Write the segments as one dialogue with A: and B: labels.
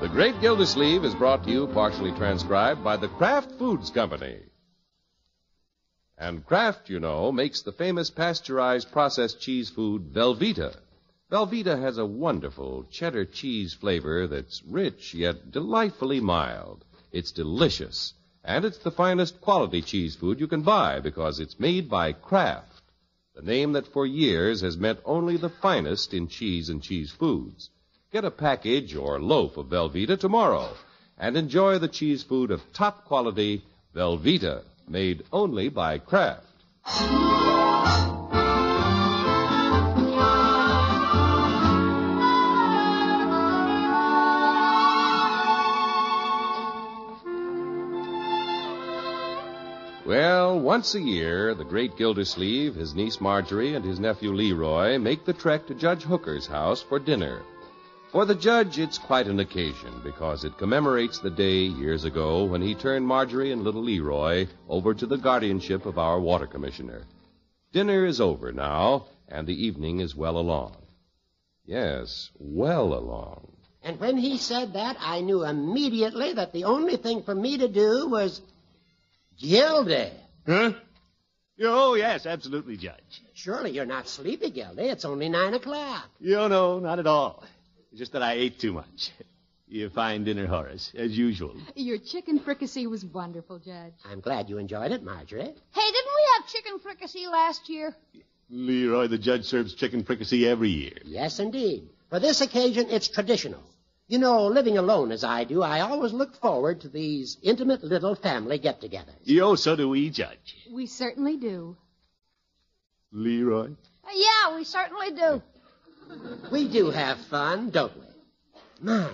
A: The Great Gildersleeve is brought to you, partially transcribed, by the Kraft Foods Company. And Kraft, you know, makes the famous pasteurized processed cheese food Velveeta. Velveeta has a wonderful cheddar cheese flavor that's rich yet delightfully mild. It's delicious, and it's the finest quality cheese food you can buy because it's made by Kraft, the name that for years has meant only the finest in cheese and cheese foods. Get a package or loaf of Velveeta tomorrow and enjoy the cheese food of top quality Velveeta, made only by Kraft. Well, once a year, the great Gildersleeve, his niece Marjorie, and his nephew Leroy make the trek to Judge Hooker's house for dinner. For the judge, it's quite an occasion because it commemorates the day years ago when he turned Marjorie and little Leroy over to the guardianship of our water commissioner. Dinner is over now, and the evening is well along. Yes, well along.
B: And when he said that, I knew immediately that the only thing for me to do was. Gildy!
C: Huh? Oh, yes, absolutely, Judge.
B: Surely you're not sleepy, Gildy. It's only nine o'clock.
C: You know, not at all. It's just that I ate too much. You fine dinner, Horace, as usual.
D: Your chicken fricassee was wonderful, Judge.
B: I'm glad you enjoyed it, Marjorie.
E: Hey, didn't we have chicken fricassee last year?
C: Leroy, the judge serves chicken fricassee every year.
B: Yes, indeed. For this occasion, it's traditional. You know, living alone as I do, I always look forward to these intimate little family get togethers.
C: Yo, so do we, Judge.
D: We certainly do.
C: Leroy?
E: Uh, yeah, we certainly do.
B: We do have fun, don't we? My,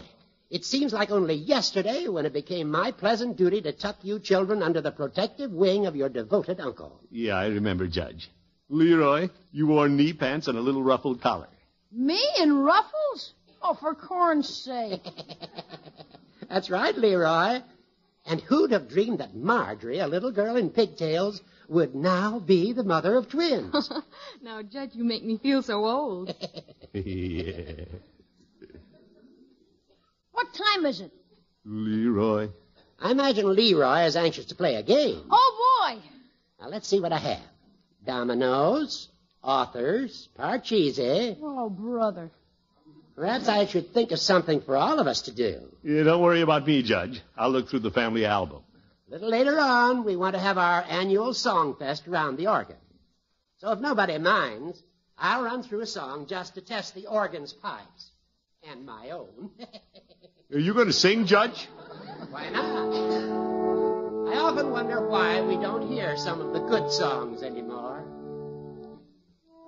B: it seems like only yesterday when it became my pleasant duty to tuck you children under the protective wing of your devoted uncle.
C: Yeah, I remember, Judge. Leroy, you wore knee pants and a little ruffled collar.
E: Me in ruffles? Oh, for corn's sake.
B: That's right, Leroy. And who'd have dreamed that Marjorie, a little girl in pigtails, would now be the mother of twins?
D: Now, Judge, you make me feel so old.
C: yeah.
E: What time is it?
C: Leroy.
B: I imagine Leroy is anxious to play a game.
E: Oh, boy.
B: Now, let's see what I have. Dominoes, authors, Parcheesi.
E: Oh, brother.
B: Perhaps I should think of something for all of us to do.
C: Yeah, don't worry about me, Judge. I'll look through the family album.
B: A little later on, we want to have our annual song fest around the organ. So if nobody minds, I'll run through a song just to test the organ's pipes. And my own.
C: Are you going to sing, Judge?
B: why not? I often wonder why we don't hear some of the good songs anymore.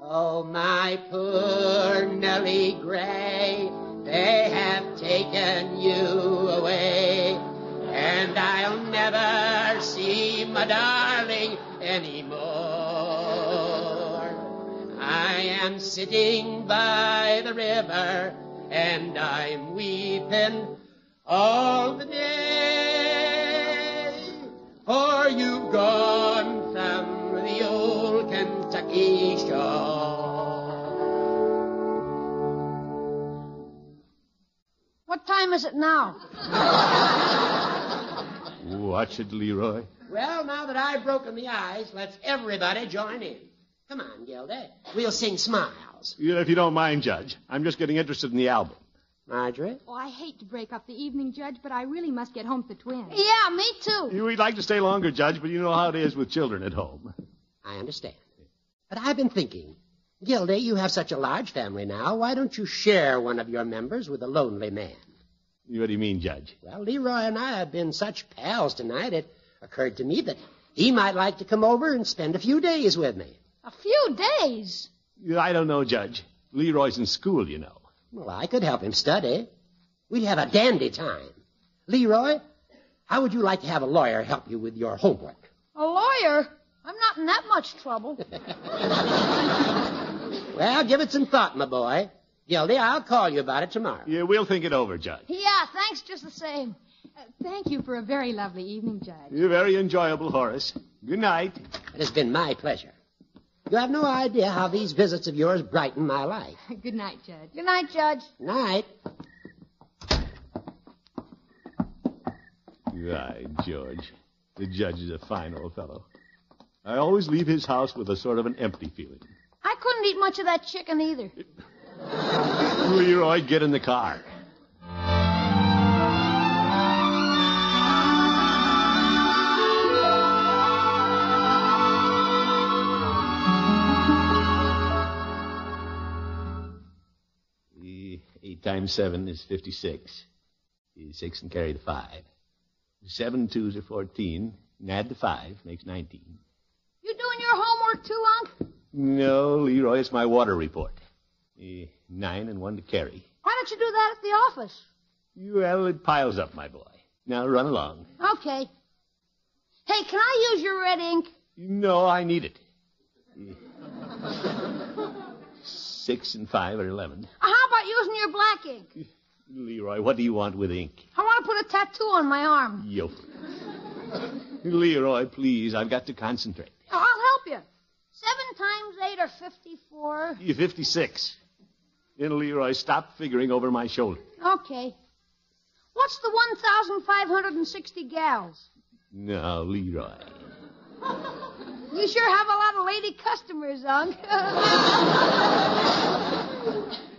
B: Oh, my poor Nellie Gray, they have taken you away. And I'll never see my darling anymore. I am sitting by the river, and I'm weeping all the day. For you've gone from the old Kentucky shore.
E: What time is it now?
C: Watch it, Leroy.
B: Well, now that I've broken the ice, let's everybody join in. Come on, Gilda. We'll sing smiles.
C: Yeah, if you don't mind, Judge, I'm just getting interested in the album.
B: Marjorie?
D: Oh, I hate to break up the evening, Judge, but I really must get home to the twins.
E: Yeah, me too.
C: We'd like to stay longer, Judge, but you know how it is with children at home.
B: I understand. But I've been thinking. Gilda, you have such a large family now. Why don't you share one of your members with a lonely man?
C: What do you mean, Judge?
B: Well, Leroy and I have been such pals tonight, it occurred to me that he might like to come over and spend a few days with me.
E: A few days.
C: Yeah, I don't know, Judge. Leroy's in school, you know.
B: Well, I could help him study. We'd have a dandy time. Leroy, how would you like to have a lawyer help you with your homework?
E: A lawyer? I'm not in that much trouble.
B: Well, give it some thought, my boy. Gildy, I'll call you about it tomorrow.
C: Yeah, we'll think it over, Judge.
E: yeah, thanks just the same.
D: Uh, thank you for a very lovely evening, Judge.
C: You're very enjoyable, Horace. Good night.
B: It has been my pleasure. You have no idea how these visits of yours brighten my life.
D: Good night, Judge.
E: Good night, Judge.
B: Night.
C: Right, George. The judge is a fine old fellow. I always leave his house with a sort of an empty feeling.
E: I couldn't eat much of that chicken either.
C: Leroy, get in the car. Eh, Eight times seven is fifty-six. Eh, Six and carry the five. Seven twos are fourteen. And add the five makes nineteen.
E: You doing your homework too, Unc?
C: No, Leroy, it's my water report. Eh, Nine and one to carry.
E: Why don't you do that at the office?
C: Well, it piles up, my boy. Now run along.
E: Okay. Hey, can I use your red ink?
C: No, I need it. Six and five are eleven.
E: Uh, How about using your black ink?
C: Leroy, what do you want with ink?
E: I want to put a tattoo on my arm.
C: Yo. Leroy, please, I've got to concentrate.
E: I'll help you. Seven times eight are fifty-four.
C: You're 56. Then, Leroy, stop figuring over my shoulder.
E: Okay. What's the one thousand five hundred and sixty gals?
C: No, Leroy.
E: You sure have a lot of lady customers, Unc.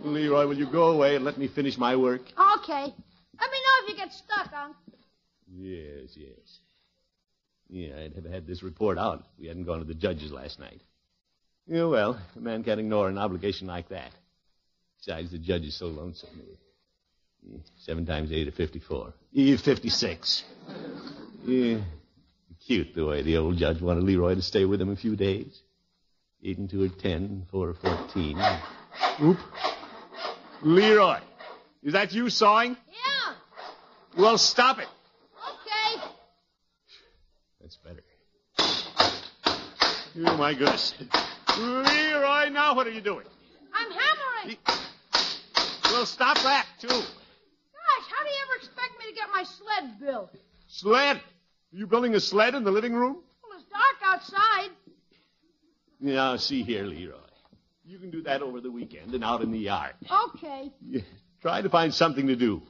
C: Leroy, will you go away and let me finish my work?
E: okay. Let me know if you get stuck, Unc.
C: Yes, yes. Yeah, I'd have had this report out if we hadn't gone to the judge's last night. Yeah, well, a man can't ignore an obligation like that. Besides, the judge is so lonesome. Yeah, Seven times eight are fifty-four. Yeah, Fifty-six. Yeah, cute the way the old judge wanted Leroy to stay with him a few days. Eight and two are ten, four are fourteen. Oop. Leroy, is that you sawing?
E: Yeah.
C: Well, stop it.
E: Okay.
C: That's better. Oh, my goodness. Leroy, now what are you doing?
E: I'm hammering.
C: Well, stop that, too.
E: Gosh, how do you ever expect me to get my sled built?
C: Sled. Are you building a sled in the living room?
E: Well, it's dark outside.
C: Now, see here, Leroy. You can do that over the weekend and out in the yard.
E: Okay.
C: Yeah, Try to find something to do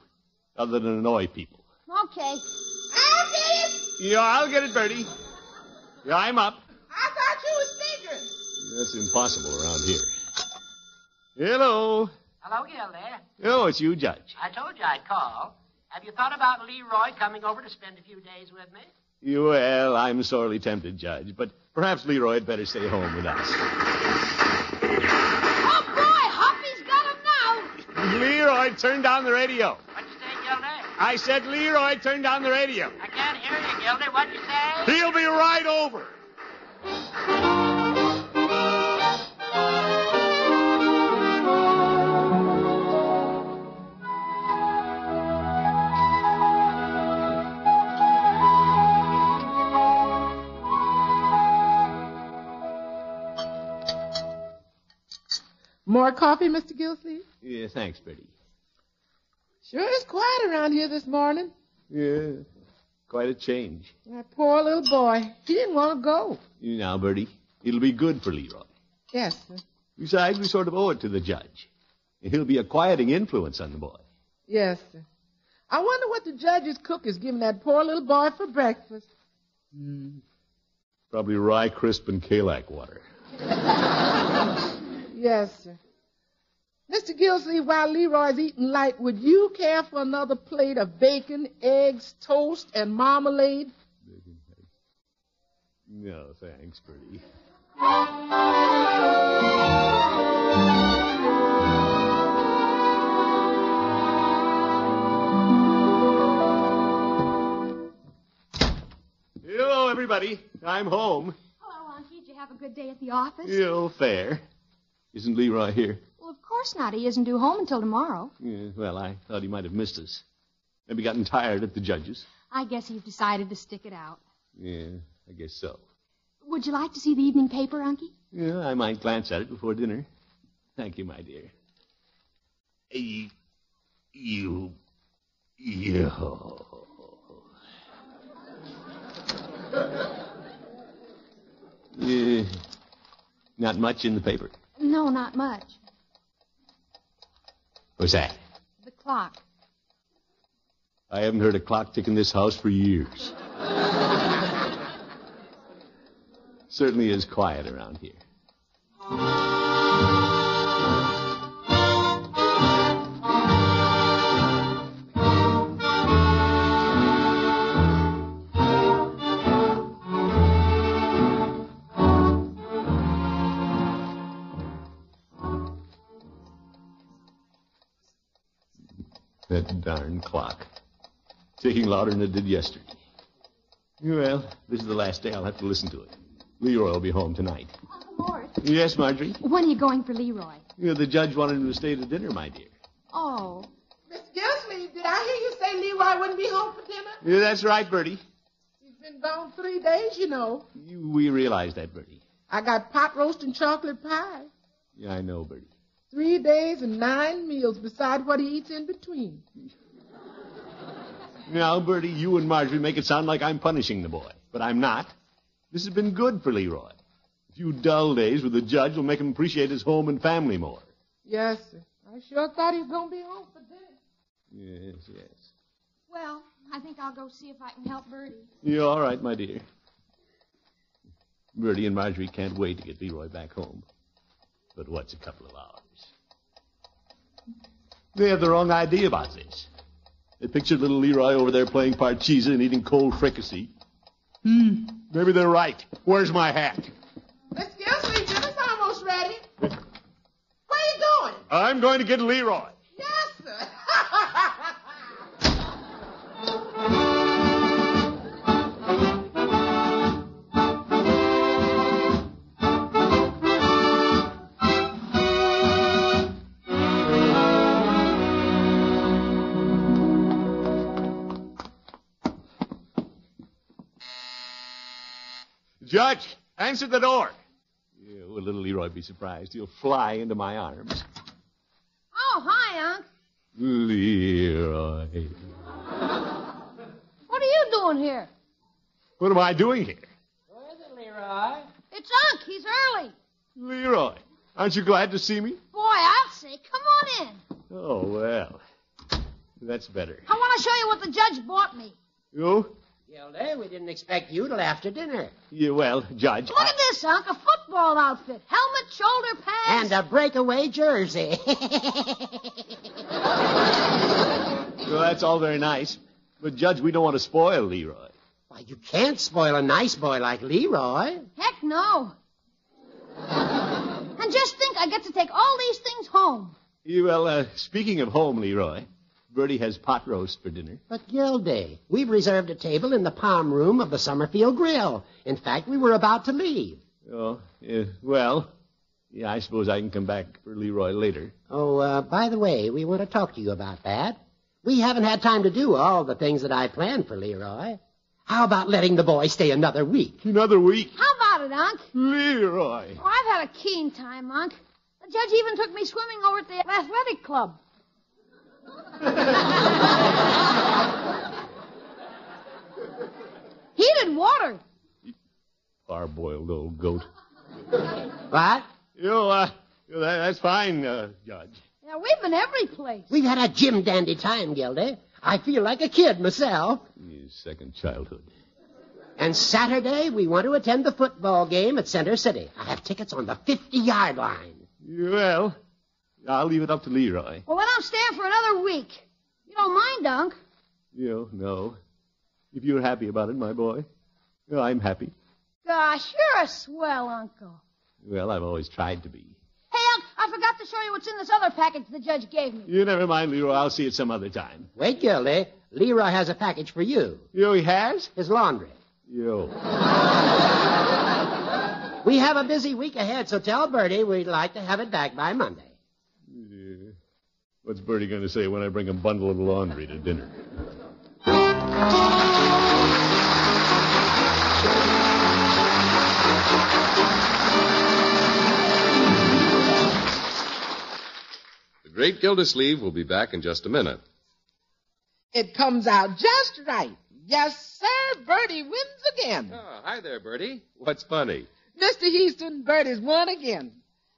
C: other than annoy people.
E: Okay. I'll get it.
C: Yeah, I'll get it, Bertie. Yeah, I'm up.
E: I thought you was bigger.
C: That's impossible around here. Hello.
F: Hello, Gildy.
C: Oh, it's you, Judge.
F: I told you I'd call. Have you thought about Leroy coming over to spend a few days with me?
C: Well, I'm sorely tempted, Judge, but perhaps Leroy had better stay home with us.
E: Oh boy, Humpy's got him now.
C: Leroy, turn down the radio.
F: What'd you say, Gildy?
C: I said, Leroy, turn down the radio.
F: I can't hear you, Gildy. What'd you say?
C: He'll be right over.
G: More coffee, Mr. Gilsleeve?
C: Yeah, thanks, Bertie.
G: Sure is quiet around here this morning.
C: Yeah, quite a change.
G: That poor little boy. He didn't want to go.
C: You now, Bertie, it'll be good for Leroy.
G: Yes, sir.
C: Besides, we sort of owe it to the judge. He'll be a quieting influence on the boy.
G: Yes, sir. I wonder what the judge's cook is giving that poor little boy for breakfast.
C: Probably rye crisp and Kalak water.
G: Yes, sir. Mr. Gilsleeve, while Leroy's eating light, would you care for another plate of bacon, eggs, toast, and marmalade?
C: No, thanks, Bertie. Hello, everybody. I'm home.
D: Hello, Unc. Did you have a good day at the office?
C: Ill fair. Isn't Leroy here?
D: Well, of course not. He isn't due home until tomorrow.
C: Yeah, well, I thought he might have missed us. Maybe gotten tired at the judges.
D: I guess you've decided to stick it out.
C: Yeah, I guess so.
D: Would you like to see the evening paper, Unky?
C: Yeah, I might glance at it before dinner. Thank you, my dear. You. You. you. Yeah, not much in the paper.
D: No, not much.
C: What's that?
D: The clock.
C: I haven't heard a clock tick in this house for years. Certainly is quiet around here. That darn clock. Ticking louder than it did yesterday. Well, this is the last day I'll have to listen to it. Leroy will be home tonight.
D: Uncle Morris,
C: Yes, Marjorie.
D: when are you going for Leroy?
C: You know, the judge wanted him to stay to dinner, my dear.
D: Oh,
G: Miss Gilsleeve, did I hear you say Leroy wouldn't be home for dinner?
C: Yeah, that's right, Bertie.
G: He's been gone three days, you know.
C: You, we realize that, Bertie.
G: I got pot roast and chocolate pie.
C: Yeah, I know, Bertie.
G: Three days and nine meals beside what he eats in between.
C: Now, Bertie, you and Marjorie make it sound like I'm punishing the boy, but I'm not. This has been good for Leroy. A few dull days with the judge will make him appreciate his home and family more.
G: Yes, sir. I sure thought he was going to be home for dinner.
C: Yes, yes.
D: well, I think I'll go see if I can help Bertie.
C: You're all right, my dear. Bertie and Marjorie can't wait to get Leroy back home. But what's a couple of hours? They have the wrong idea about this. They pictured little Leroy over there playing parcheesi and eating cold fricassee. Hmm. Maybe they're right. Where's my hat?
G: Miss Gilsleeve, dinner's almost ready. Where you going?
C: I'm going to get Leroy.
G: Yes, sir.
C: Judge, answer the door. Yeah, will little Leroy be surprised? He'll fly into my arms.
E: Oh, hi, Unc.
C: Leroy.
E: What are you doing here?
C: What am I doing here?
F: Where is it, Leroy?
E: It's Unc. He's early.
C: Leroy, aren't you glad to see me?
E: Boy, I'll say, come on in.
C: Oh, well. That's better.
E: I want to show you what the judge bought me.
C: You?
B: Gilda, we didn't expect you till after dinner.
C: Yeah, well, Judge.
E: Look at this, Unc. A football outfit. Helmet, shoulder pads.
B: And a breakaway jersey.
C: Well, that's all very nice. But, Judge, we don't want to spoil Leroy.
B: Why, you can't spoil a nice boy like Leroy.
E: Heck no. and just think, I get to take all these things home.
C: Yeah, well, uh, speaking of home, Leroy, Bertie has pot roast for dinner.
B: But, Gildy, we've reserved a table in the palm room of the Summerfield Grill. In fact, we were about to leave.
C: Oh, yeah, well, yeah, I suppose I can come back for Leroy later.
B: Oh, uh, by the way, we want to talk to you about that. We haven't had time to do all the things that I planned for Leroy. How about letting the boy stay another week?
C: Another week.
E: How about it, Unc?
C: Leroy.
E: Oh, I've had a keen time, Unc. The judge even took me swimming over at the athletic club. Heated water.
C: Parboiled old goat.
B: What?
C: You, uh, that, that's fine, uh, Judge.
E: Yeah, we've been every place.
B: We've had a Jim dandy time, Gildy. I feel like a kid myself.
C: His second childhood.
B: And Saturday, we want to attend the football game at Center City. I have tickets on the 50 yard line.
C: Well, I'll leave it up to Leroy.
E: Well, then I'm staying for another week. You don't mind, Unc?
C: You know, if you're happy about it, my boy, well, I'm happy.
E: Gosh, you're a swell uncle.
C: Well, I've always tried to be.
E: Hey, Unc, I forgot to show you what's in this other package the judge gave me.
C: You never mind, Leroy. I'll see it some other time.
B: Wait, Gildy. Leroy has a package for you.
C: You, he has?
B: His laundry.
C: You.
B: We have a busy week ahead, so tell Bertie we'd like to have it back by Monday.
C: What's Bertie going to say when I bring a bundle of laundry to dinner?
A: Great Gildersleeve will be back in just a minute.
G: It comes out just right. Yes, sir. Bertie wins again.
A: Ah, hi there, Bertie. What's funny?
G: Mr. Houston, Bertie's won again.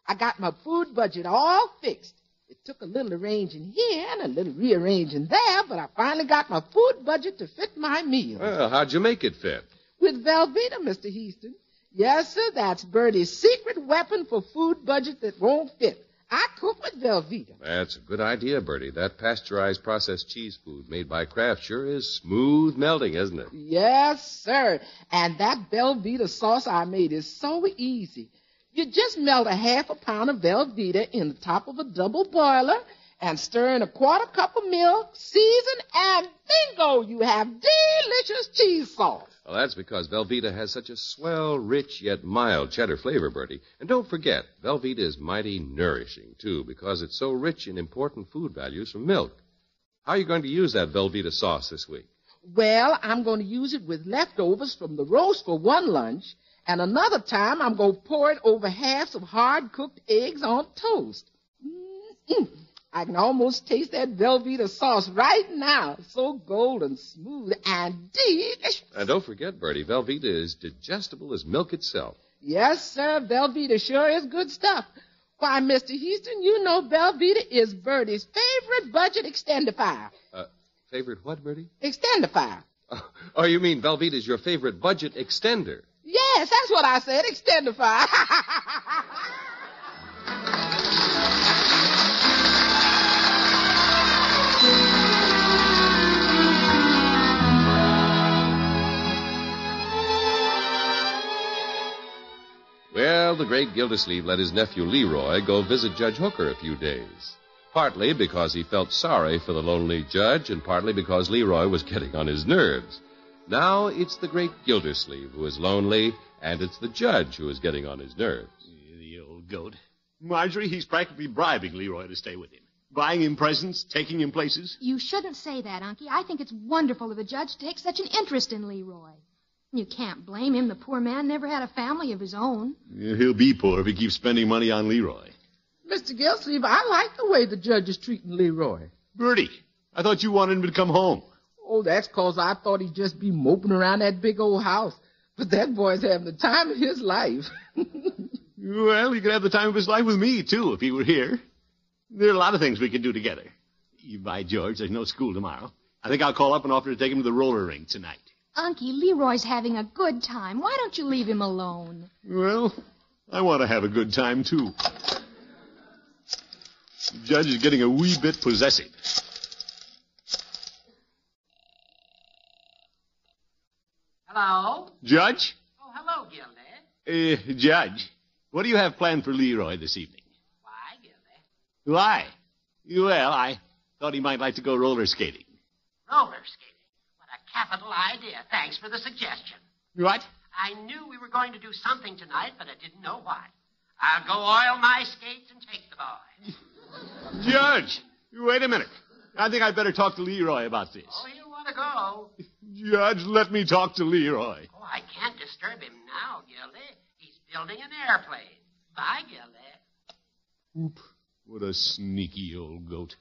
G: I got my food budget all fixed. It took a little arranging here and a little rearranging there, but I finally got my food budget to fit my meal.
A: Well, how'd you make it fit?
G: With Velveeta, Mr. Houston. Yes, sir, that's Bertie's secret weapon for food budget that won't fit. I cook with Velveeta.
A: That's a good idea, Bertie. That pasteurized processed cheese food made by Kraft sure is smooth melting, isn't it?
G: Yes, sir. And that Velveeta sauce I made is so easy. You just melt a half a pound of Velveeta in the top of a double boiler and stir in a quarter cup of milk, season, and bingo, you have delicious cheese sauce.
A: Well, that's because Velveeta has such a swell, rich, yet mild cheddar flavor, Bertie. And don't forget, Velveeta is mighty nourishing, too, because it's so rich in important food values from milk. How are you going to use that Velveeta sauce this week?
G: Well, I'm going to use it with leftovers from the roast for one lunch, and another time I'm going to pour it over halves of hard cooked eggs on toast. Mm-mm. I can almost taste that Velveeta sauce right now. So golden, smooth, and delicious.
A: And don't forget, Bertie, Velveeta is digestible as milk itself.
G: Yes, sir, Velveeta sure is good stuff. Why, Mr. Houston, you know Velveeta is Bertie's favorite budget extendifier.
A: Uh, favorite what, Bertie?
G: Extendifier.
A: Oh, oh, you mean Velveeta is your favorite budget extender?
G: Yes, that's what I said, extendifier.
A: Well, the great Gildersleeve let his nephew Leroy go visit Judge Hooker a few days. Partly because he felt sorry for the lonely judge, and partly because Leroy was getting on his nerves. Now it's the great Gildersleeve who is lonely, and it's the judge who is getting on his nerves.
C: The old goat. Marjorie, he's practically bribing Leroy to stay with him. Buying him presents, taking him places.
D: You shouldn't say that, Unky. I think it's wonderful of the judge to take such an interest in Leroy. You can't blame him. The poor man never had a family of his own.
C: He'll be poor if he keeps spending money on Leroy.
G: Mr. Gilsleeve, I like the way the judge is treating Leroy.
C: Bertie, I thought you wanted him to come home.
G: Oh, that's 'cause I thought he'd just be moping around that big old house. But that boy's having the time of his life.
C: Well, he could have the time of his life with me, too, if he were here. There are a lot of things we could do together. You- By George, there's no school tomorrow. I think I'll call up and offer to take him to the roller rink tonight.
D: Unky, Leroy's having a good time. Why don't you leave him alone?
C: Well, I want to have a good time, too. The judge is getting a wee bit possessive.
F: Hello?
C: Judge?
F: Oh, hello, Gildy.
C: Uh, Judge, what do you have planned for Leroy this evening?
F: Why, Gildy?
C: Why? Well, I thought he might like to go roller skating.
F: Roller skating. What a capital idea. Thanks for the suggestion.
C: What?
F: I knew we were going to do something tonight, but I didn't know what. I'll go oil my skates and take the boy.
C: Judge, wait a minute. I think I'd better talk to Leroy about this.
F: Oh, you want to go?
C: Judge, let me talk to Leroy.
F: Oh, I can't disturb him now, Gildy. He's building an airplane. Bye, Gildy.
C: Oop. What a sneaky old goat.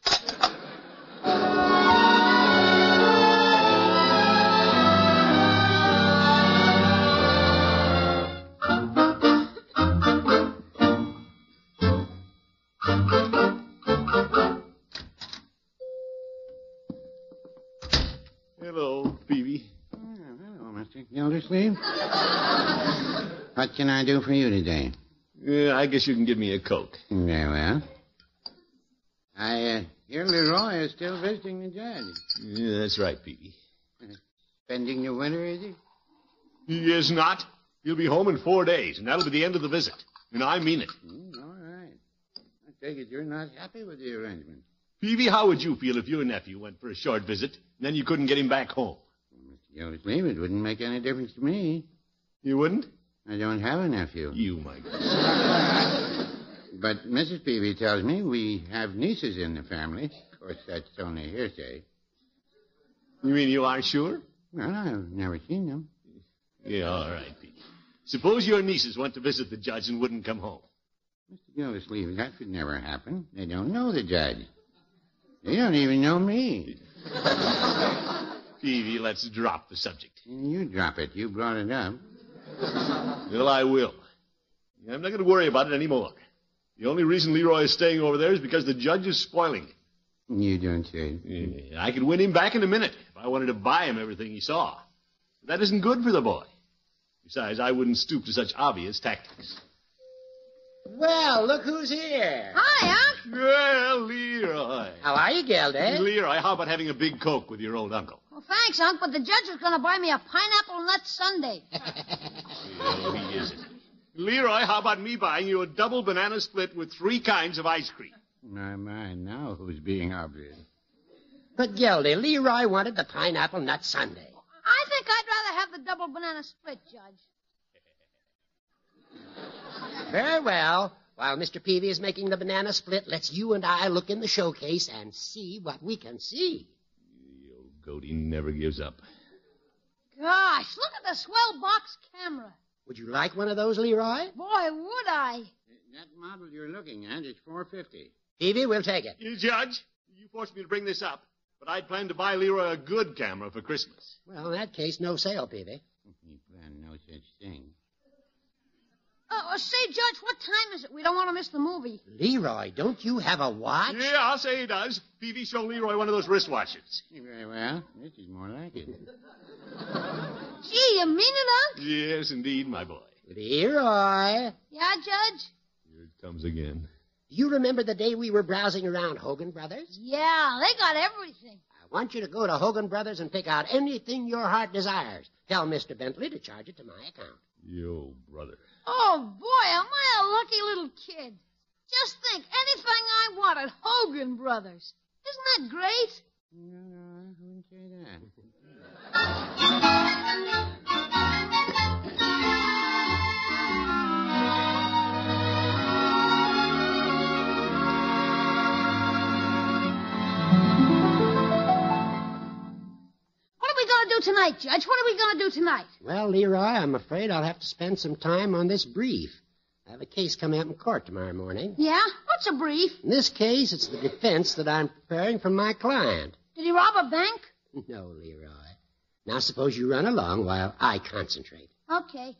C: Hello, Phoebe.
H: Hello, Mr. Gildersleeve. what can I do for you today?
C: Yeah, Uh, I guess you can give me a Coke.
H: Very well. I uh, hear Leroy is still visiting the judge.
C: Yeah, that's right, E. Phoebe.
H: Spending the winter, is he?
C: He is not. He'll be home in four days, and that'll be the end of the visit. And I mean it.
H: Mm, all right. I take it you're not happy with the arrangement.
C: Peavy, how would you feel if your nephew went for a short visit, and then you couldn't get him back home?
H: Mr. Gildersleeve, it wouldn't make any difference to me.
C: You wouldn't?
H: I don't have a nephew.
C: You might.
H: But Mrs. Peavy tells me we have nieces in the family. Of course, that's only hearsay.
C: You mean you are sure?
H: eh? Well, I've never seen them.
C: Yeah, all right, Peavy. Suppose your nieces went to visit the judge and wouldn't come home.
H: Mr. Gildersleeve, that could never happen. They don't know the judge. They don't even know me.
C: Peavy, let's drop the subject.
H: You drop it. You brought it up.
C: Well, I will. I'm not going to worry about it anymore. The only reason Leroy is staying over there is because the judge is spoiling it.
H: You don't say.
C: Yeah, I could win him back in a minute if I wanted to buy him everything he saw. But that isn't good for the boy. Besides, I wouldn't stoop to such obvious tactics.
B: Well, look who's here.
E: Hi, Unc.
C: Well, Leroy.
B: How are you, Gildy?
C: Leroy, how about having a big Coke with your old uncle?
E: Well, thanks, Unc, but the judge is going to buy me a pineapple nut sundae.
C: No, he isn't. Leroy, how about me buying you a double banana split with three kinds of ice cream?
H: My, my, now who's being obvious?
B: But, Gildy, Leroy wanted the pineapple nut sundae.
E: I think I'd rather have the double banana split, Judge.
B: Very well. While Mr. Peavy is making the banana split, let's you and I look in the showcase and see what we can see.
C: The old goatee never gives up.
E: Gosh, look at the swell box camera.
B: Would you like one of those, Leroy?
E: Boy, would I.
H: That model you're looking at is 450.
B: Peavy, we'll take it.
C: You, Judge, you forced me to bring this up, but I'd planned to buy Leroy a good camera for Christmas.
B: Well, in that case, no sale, Peavy.
H: He planned no such thing.
E: Uh, uh, say, Judge, what time is it? We don't want to miss the movie.
B: Leroy, don't you have a watch?
C: Yeah, I'll say he does. Peavy, show Leroy one of those wristwatches.
H: Very well. This is more like it.
E: Gee, you mean it, Unc?
C: Yes, indeed, my boy.
B: Leroy,
E: Yeah, Judge?
C: Here it comes again.
B: do you remember the day we were browsing around Hogan Brothers?
E: Yeah, they got everything.
B: I want you to go to Hogan Brothers and pick out anything your heart desires. Tell Mr. Bentley to charge it to my account.
C: Yo, brother.
E: Oh, boy, am I a lucky little kid. Just think, anything I wanted, Hogan Brothers. Isn't that great?
H: No, no, I wouldn't say that.
E: What are we going to do tonight, Judge? What are we going to do tonight?
B: Well, Leroy, I'm afraid I'll have to spend some time on this brief. I have a case coming up in court tomorrow morning.
E: Yeah? What's a brief?
B: In this case, it's the defense that I'm preparing for my client.
E: Did he rob a bank?
B: No, Leroy. Now suppose you run along while I concentrate.
E: Okay.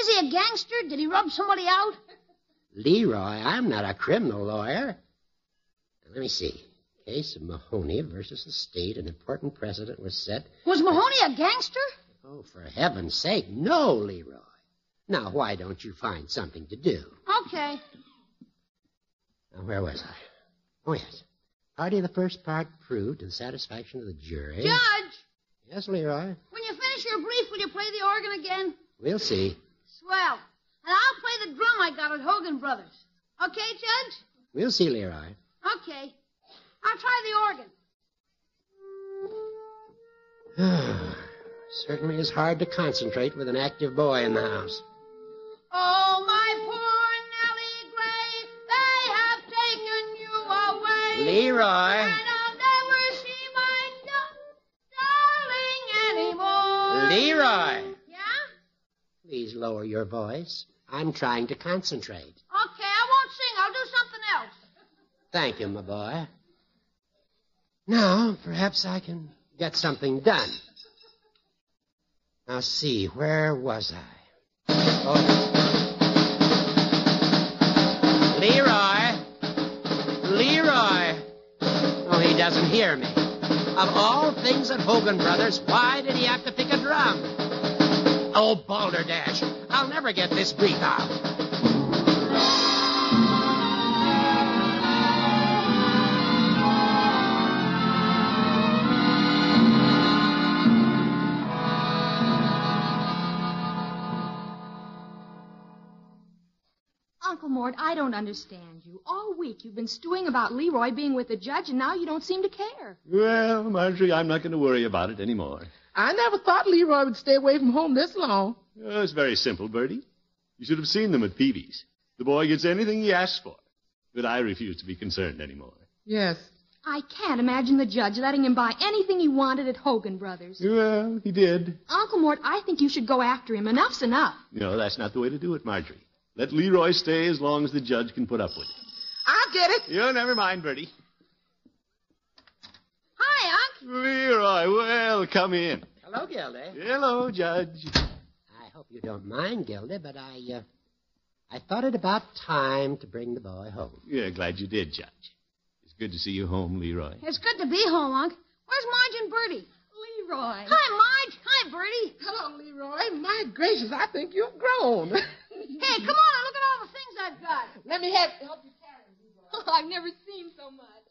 E: Is he a gangster? Did he rub somebody out?
B: Leroy, I'm not a criminal lawyer. Let me see. Case of Mahoney versus the state, an important precedent was set.
E: Was Mahoney a gangster?
B: Oh, for heaven's sake, no, Leroy. Now, why don't you find something to do?
E: Okay.
B: Now, where was I? Oh, yes. Party of the first part proved to the satisfaction of the jury.
E: Judge,
B: Yes, Leroy.
E: when you finish your brief, will you play the organ again?
B: We'll see.
E: Swell. And I'll play the drum I got at Hogan Brothers. Okay, Judge?
B: We'll see, Leroy.
E: Okay. I'll try the organ.
B: Certainly is hard to concentrate with an active boy in the house.
E: Oh, my poor Nellie Gray, they have taken you away.
B: Leroy.
E: And I'll never see my da- darling anymore.
B: Leroy!
E: Yeah?
B: Please lower your voice. I'm trying to concentrate.
E: Okay, I won't sing. I'll do something else.
B: Thank you, my boy. Now, perhaps I can get something done. Now, see, where was I? Oh. Leroy! Leroy! Oh, he doesn't hear me. Of all things at Hogan Brothers, why did he have to pick a drum? Oh, balderdash. I'll never get this brief out.
D: Uncle Mort, I don't understand you. All week you've been stewing about Leroy being with the judge, and now you don't seem to care.
C: Well, Marjorie, I'm not going to worry about it anymore.
G: I never thought Leroy would stay away from home this long.
C: Oh, it's very simple, Bertie. You should have seen them at Peavy's. The boy gets anything he asks for. But I refuse to be concerned anymore.
G: Yes.
D: I can't imagine the judge letting him buy anything he wanted at Hogan Brothers.
C: Well, he did.
D: Uncle Mort, I think you should go after him. Enough's enough.
C: No, that's not the way to do it, Marjorie. Let Leroy stay as long as the judge can put up with it.
G: I'll get it.
C: You never mind, Bertie.
E: Hi, Unc.
C: Leroy, well, come in.
B: Hello, Gilda.
C: Hello, Judge.
B: I hope you don't mind, Gilda, but I, uh, I thought it about time to bring the boy home.
C: Yeah, glad you did, Judge. It's good to see you home, Leroy.
E: It's good to be home, Unc. Where's Marge and Bertie?
D: Leroy.
E: Hi, Marge. Hi, Bertie.
G: Hello, Leroy. My gracious, I think you've grown.
E: Hey, come on and look at all the things I've got.
G: Let me have. Help you
D: I've never seen so much.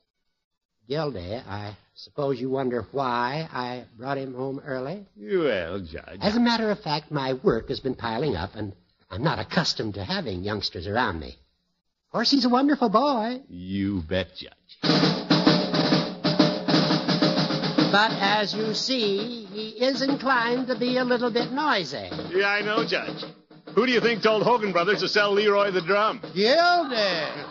B: Gilda, I suppose you wonder why I brought him home early?
C: Well, Judge.
B: As a matter of fact, my work has been piling up, and I'm not accustomed to having youngsters around me. Of course, he's a wonderful boy,
C: You bet, Judge.
B: but as you see, he is inclined to be a little bit noisy.
C: Yeah, I know, Judge. Who do you think told Hogan Brothers to sell Leroy the drum?
H: Gilda!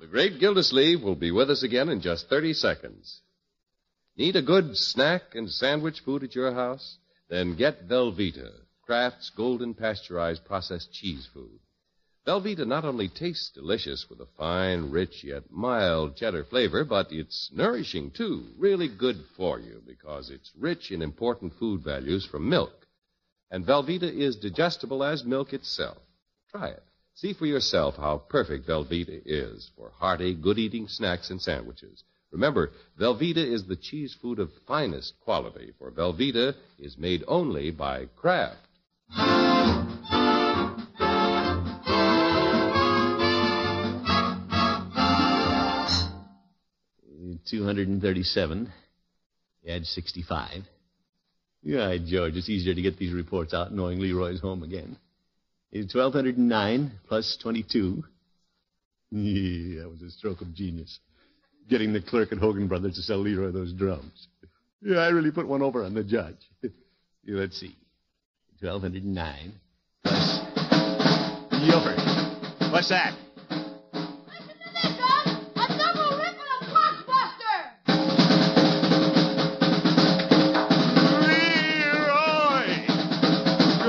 A: The great Gildersleeve will be with us again in just 30 seconds. Need a good snack and sandwich food at your house? Then get Velveeta, Kraft's golden pasteurized processed cheese food. Velveeta not only tastes delicious with a fine, rich, yet mild cheddar flavor, but it's nourishing too, really good for you because it's rich in important food values from milk. And Velveeta is digestible as milk itself. Try it. See for yourself how perfect Velveeta is for hearty, good eating snacks and sandwiches. Remember, Velveeta is the cheese food of finest quality, for Velveeta is made only by Kraft.
C: Uh, 237. Add 65. Yeah, George, it's easier to get these reports out knowing Leroy's home again. It's 1209 plus 22. Yeah, that was a stroke of genius. Getting the clerk at Hogan Brothers to sell Leroy those drums. Yeah, I really put one over on the judge. Yeah, Let's see. 1209 plus. Yoper. What's that?
E: Listen to this, Unc. A double rip and a blockbuster.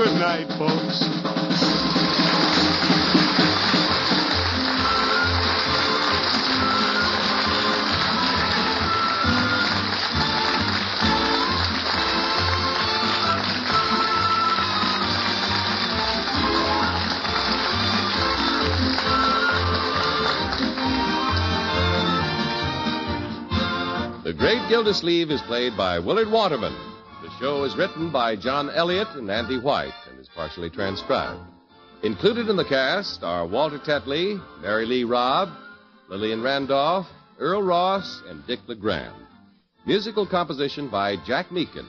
C: Leroy! Good night, folks.
A: The Great Gildersleeve is played by Willard Waterman. The show is written by John Elliott and Andy White and is partially transcribed. Included in the cast are Walter Tetley, Mary Lee Robb, Lillian Randolph, Earl Ross, and Dick LeGrand. Musical composition by Jack Meakin.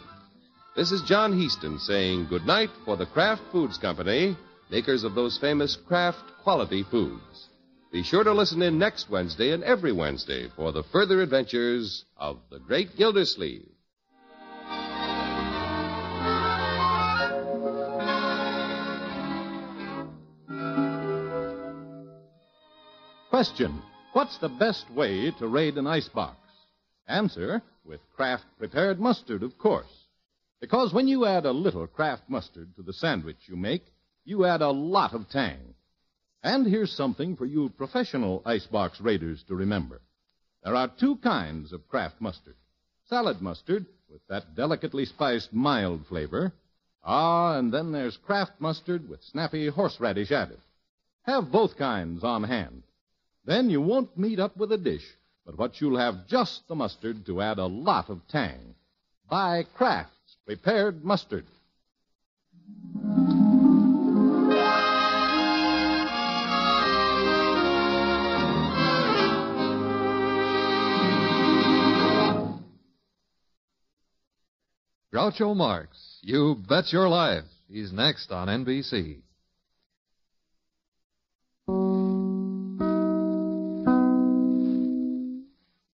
A: This is John Heaston saying goodnight for the Kraft Foods Company, makers of those famous Kraft quality foods. Be sure to listen in next Wednesday and every Wednesday for the further adventures of the Great Gildersleeve.
I: Question What's the best way to raid an icebox? Answer with Kraft prepared mustard, of course. Because when you add a little Kraft mustard to the sandwich you make, you add a lot of tang. And here's something for you professional icebox raiders to remember there are two kinds of Kraft mustard salad mustard with that delicately spiced mild flavor. Ah, and then there's Kraft mustard with snappy horseradish added. Have both kinds on hand. Then you won't meet up with a dish, but what you'll have just the mustard to add a lot of tang. Buy Kraft's prepared mustard.
J: Groucho Marx, you bet your life. He's next on NBC.